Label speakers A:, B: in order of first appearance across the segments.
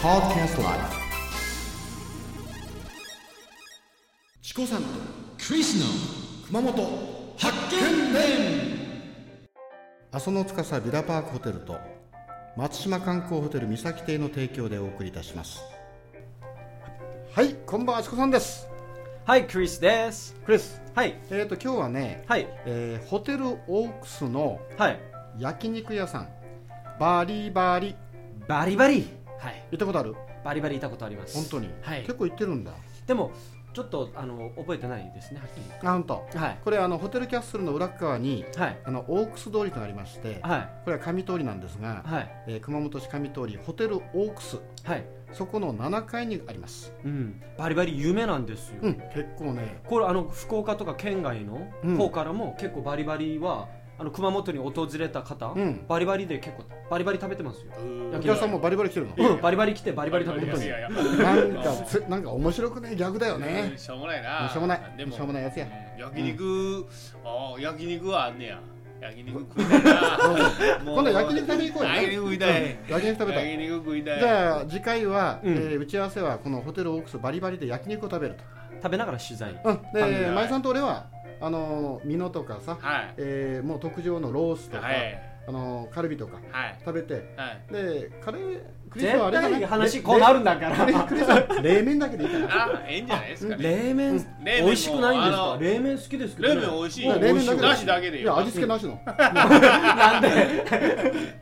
A: Podcast Live チコさんと
B: クリスの
A: 熊本
B: 発見伝
A: 阿蘇の司ビラパークホテルと松島観光ホテル三崎邸の提供でお送りいたしますはいこんばんはチコさんです
C: はい、クリスです。
A: クリス
C: はい、
A: えっ、と今日はね、
C: はい、
A: えーホテルオークスの
C: はい。
A: 焼肉屋さんバリバリ
C: バリバリ。はい、
A: 行ったことある
C: バリバリいたことあります。
A: 本当に、
C: はい
A: 結構行ってるんだ
C: でも、ちょっと、あの、覚えてないですね、はっきり。
A: あ本当
C: はい、
A: これあのホテルキャッスルの裏側に
C: はい、
A: あのオークス通りとなりまして、
C: はい、
A: これは上通りなんですが、
C: はい、
A: えー熊本市上通りホテルオークス
C: はい。
A: そこの7階にあります
C: うん、バリバリ有名なんですよ。
A: うん結構ね
C: これ、あの、福岡とか県外の
A: うん
C: 方からも、結構バリバリは、あの、熊本に訪れた方、
A: うん
C: バリバリで結構、バリバリ食べてますよ。
A: お客さんもバリバリ来てるの
C: うん、バリバリ来て、バリバリ食べてま
B: 本当
C: す
B: に
C: よ。
A: なんかつなんか面白くね逆だよ
B: ね
A: ね
B: しょうもないな
A: もうしょうもない
B: でも
A: しょうもないやつや
B: うん焼肉ああ焼肉はあんねや焼肉食いたい なもう
A: 今度焼肉食べに行こうよね
B: 焼肉食いたい
A: 焼肉食べたい
B: 焼肉食いたい
A: じゃあ次回は、
C: うん
A: えー打ち合わせはこのホテルオークスバリバリで焼肉を食べる
C: 食べながら取材。
A: と、うん、
B: はい
A: で前さんと俺はあのーミノとかさ、
B: はい
A: えーもう特上のロースとか、
B: はい
A: あのーカルビとか
B: はい
A: 食べて
B: はい
A: でカレークリスはあ
C: 絶
A: れかな
C: 対話こうなるんだか
A: カレー
C: ら。
A: クリスは冷麺だけでいいか な
B: あええんじゃないですかね
C: 冷麺、
B: 冷麺
C: 美
B: も
C: 味しくないんです
B: あ
C: か
B: の
C: 冷麺好きですけど
B: 冷
C: ね。
B: 麺美味しい
A: いや冷麺だけで
B: だしだけでいい
A: いや味付けなし の
C: なんで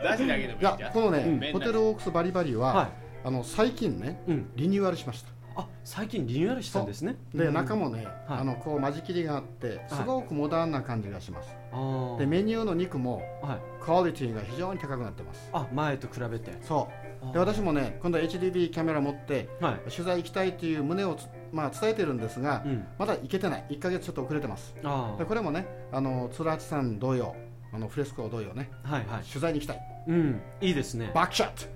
B: だしだけでもいい
A: い
B: じゃん
A: やこのね、
B: うん
A: ホテルオークスバリバリは、
C: はい
A: あの最近ね
C: うん、
A: リニューアルしました
C: あ最近リニューアルしたんですね。
A: で、
C: うん
A: 中もね、あのこう間仕切りがあってすごくモダンな感じがします、
C: あー
A: でメニューの肉も
C: はい、
A: クオリティが非常に高くなってます
C: あ前と比べて。
A: そうで
C: あ
A: 私もね今度 HDB キャメラ持って
C: はい
A: 取材行きたいっていう旨をつ、まあ、伝えてるんですが、
C: うん、
A: まだ行けてない1ヶ月ちょっと遅れてます
C: あ
A: でこれもねあの鶴八さん同様あのフレスコ同様ね
C: ーはいはい、
A: 取材に行きたい
C: うん、いいですね。
A: バックショット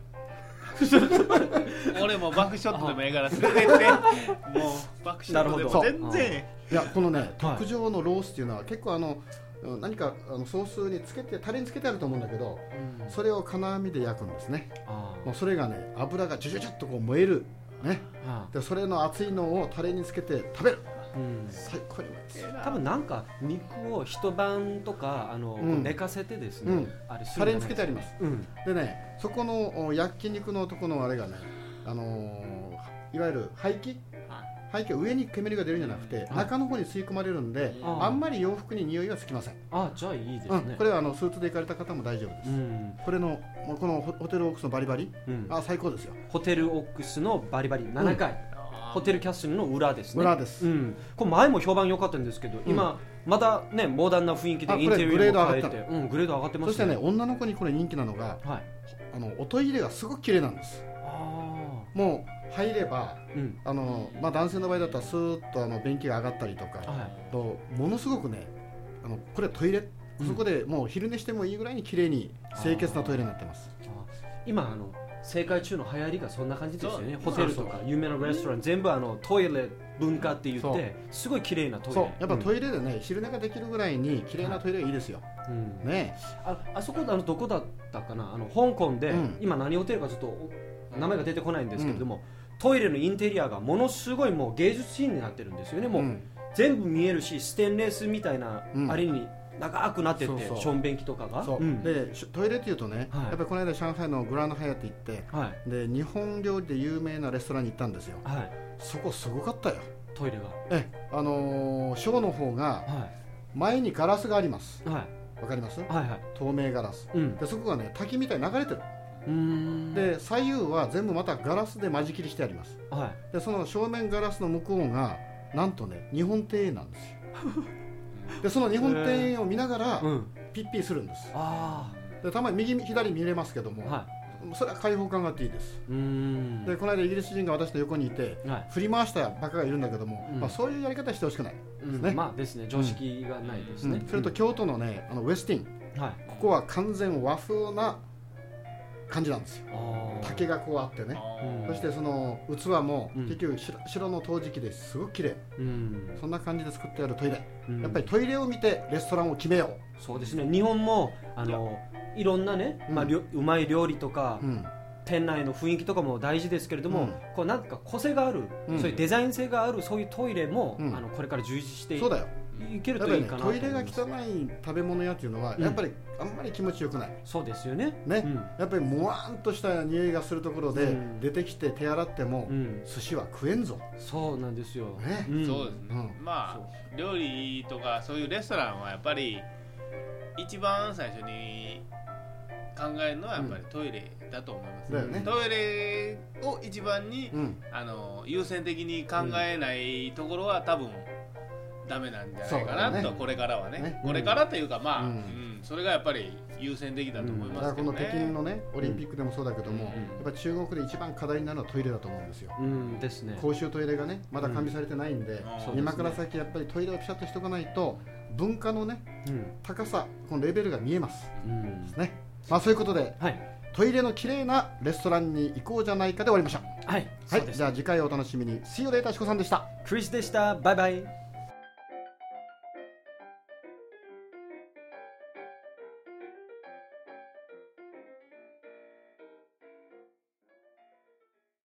B: 俺もバックショットでもええから連れてってもうバックショットでも全然
A: いやこのね、
C: はい
A: 特上のロースっていうのは結構あのうん何かあのソースにつけてタレにつけてあると思うんだけど
C: うん
A: それを金網で焼くんですね
C: あ
A: もうそれがね油がジュジュジュっとこう燃えるね
C: ーあ
A: でそれの熱いのをタレにつけて食べる
C: ー、うん、
A: 最高にうまいです
C: 多分なんか肉を一晩とかあの、
A: うん
C: 寝かせてですね、
A: うん
C: あれす
A: タ
C: る
A: レに
C: んじゃな
A: つ
C: い
A: けてあります
C: うん、
A: でねそこのお焼肉のとこのあれがねあのーいわゆる排気
B: は
A: 排気上に煙が出るんじゃなくて
C: はい
A: 中の方に吸い込まれるんで
B: い
C: あー
A: あんまり洋服に匂いはつきません、
C: あじゃあいいです
A: うん
C: ね。
A: これはあのスーツで行かれた方も大丈夫です、
C: うん
A: これのもうこのホホテルオークスのバリバリ、
C: うん、
A: あ最高ですよ
C: ホテルオックスのバリバリ7階、ホテルキャッスルの裏ですね。
A: 村です、
C: うん、これ前も評判良かったんですけど、今まだねモダンな雰囲気
A: あ
C: で
A: これ
C: インテリアも変え
A: グレード上
C: て、うん、グレード上がってます
A: そしてね女の子にこれ人気なのが
C: はい。
A: あのおトイレがすごく綺麗なんです
C: あ
A: もう入れば
C: あ、うん、
A: あの、まあ、男性の場合だったらスーッとあの便器が上がったりとか
C: はい。
A: とものすごくねあのこれトイレそこでもう昼寝してもいいぐらいに綺麗に清潔なトイレになってます
C: 今あの正解中の流行りがそんな感じですよね。
B: そう
C: ホテルとか有名なレストラン全部あのトイレ文化って言
A: そ
C: っ
A: う
C: て、すごい綺麗なトイレ。
A: そうやっぱト
C: イ
A: イレでね、昼寝ができるぐらいに綺麗なトイレがいいですよ、
C: レ、うん
A: ね
C: ああそこあのどこだったかなあの香港で、
A: うん
C: 今何ホテルかちょっとお名前が出てこないんですけれども。トイレのインテリアがものすごいもう芸術品になってるんですよね、
A: え
C: もう、
A: ん
C: 全部見えるしステンレスみたいな
A: うん
C: あれに長くなってて、
A: そうそう
C: しょんべん器とかが
A: そう、
C: ん
A: でしトイレっていうとね、
C: はい
A: やっぱりこの間上海のグランドハヤって行って
C: はい
A: で日本料理で有名なレストランに行ったんですよ
C: はい
A: そこすごかったよ
C: トイレが
A: ええあのーショーの方が
C: は
A: 前にガラスがあります
C: いはい
A: わかります
C: はいはい
A: 透明ガラス
C: うん
A: でそこがね滝みたいに流れてる
C: うーん
A: で左右は全部またガラスで間仕切りしてあります
C: は
A: でその正面ガラスの向こうがなんとね日本庭園なん ですよでその日本庭園を見ながら
C: いうん
A: ピッピーするんです
C: あ
A: でたまに右左見れますけど
C: あ
A: も、
C: は
A: それは開放感があっていいです
C: いうーん
A: でこの間イギリス人が私の横にいて
C: はい
A: 振り回したバカがいるんだけども、
C: うん
A: まあ、そういうやり方はしてほしくない、
C: うん
A: ね
C: まあですね常識がないです
A: うん
C: ね、
A: それと
C: うん
A: 京都のねあのウェスティン
C: はい
A: ここは完全和風な感じなんですよ
C: あー
A: 竹がこうあってね
C: うん
A: そしてその器も
C: うん
A: 結局白,、白の陶磁器ですごく綺麗
C: うん
A: そんな感じで作ってあるトイレ、
C: うん
A: やっぱりトイレを見てレストランを決めよ
C: そうですね日本もあのいろんなね、まあ、
A: うん
C: りょうまい料理とか
A: う、うん
C: 店内の雰囲気とかも大事ですけれど
A: う
C: も、
A: ん
C: こうなんか個性がある、
A: うん
C: そういうデザイン性があるそういうトイレも、
A: うん
C: あのこれから充実してい
A: そうだよ
C: ける
A: やっ
C: と
A: ぱり
C: いい
A: ね
C: かなと
A: ト
C: 思
A: イ
C: い
A: レが
C: ま
A: 汚
C: す
A: い食べ物屋っていうのは、
C: うん
A: やっぱりあんまり気持ちよくない
C: そうですよね
A: ね、
C: うん
A: やっぱりもわんとした匂いがするところで、
C: うん
A: 出てきて手洗っても、
C: うん、
A: 寿司は食えんぞ、
C: そうなんですよ、
A: ね
C: ん
B: そうですね、
A: う
B: まあ料理とかそういうレストランはやっぱり一番最初に考えるのはやっぱりトイレだと思います、
A: だよね
B: トイレを一番に、
A: うん、
B: あの優先的に考えないところは多分ダメなんじゃないかな
A: そう
B: と、
A: だね
B: これからはね
A: ね
B: これからというかまあ、
A: う
B: うんんそれがやっぱり優先的だと思い
A: だか
B: ま
A: ら
B: すけ
A: この
B: どね
A: 北、京のねオリンピックでもそうだけども、
B: うん
A: やっぱり中国で一番課題になるのはトイレだと思うんですよ、
C: うんですね
A: 公衆トイレがねまだ完備されてないんで、
B: うん
C: そうですね
A: 今から先やっぱりトイレをピシャッとしておかないと文化のね
C: うん、
A: 高さこのレベルが見えます
C: うん、
A: ねまあそういうことで
C: はい
A: トイレの綺麗なレストランに行こうじゃないかで終わりましょう
C: はい、
A: は
C: そう
A: い
C: です
A: じゃあ次回お楽しみに See you later しこさんでした
C: クリスでしたバイバイ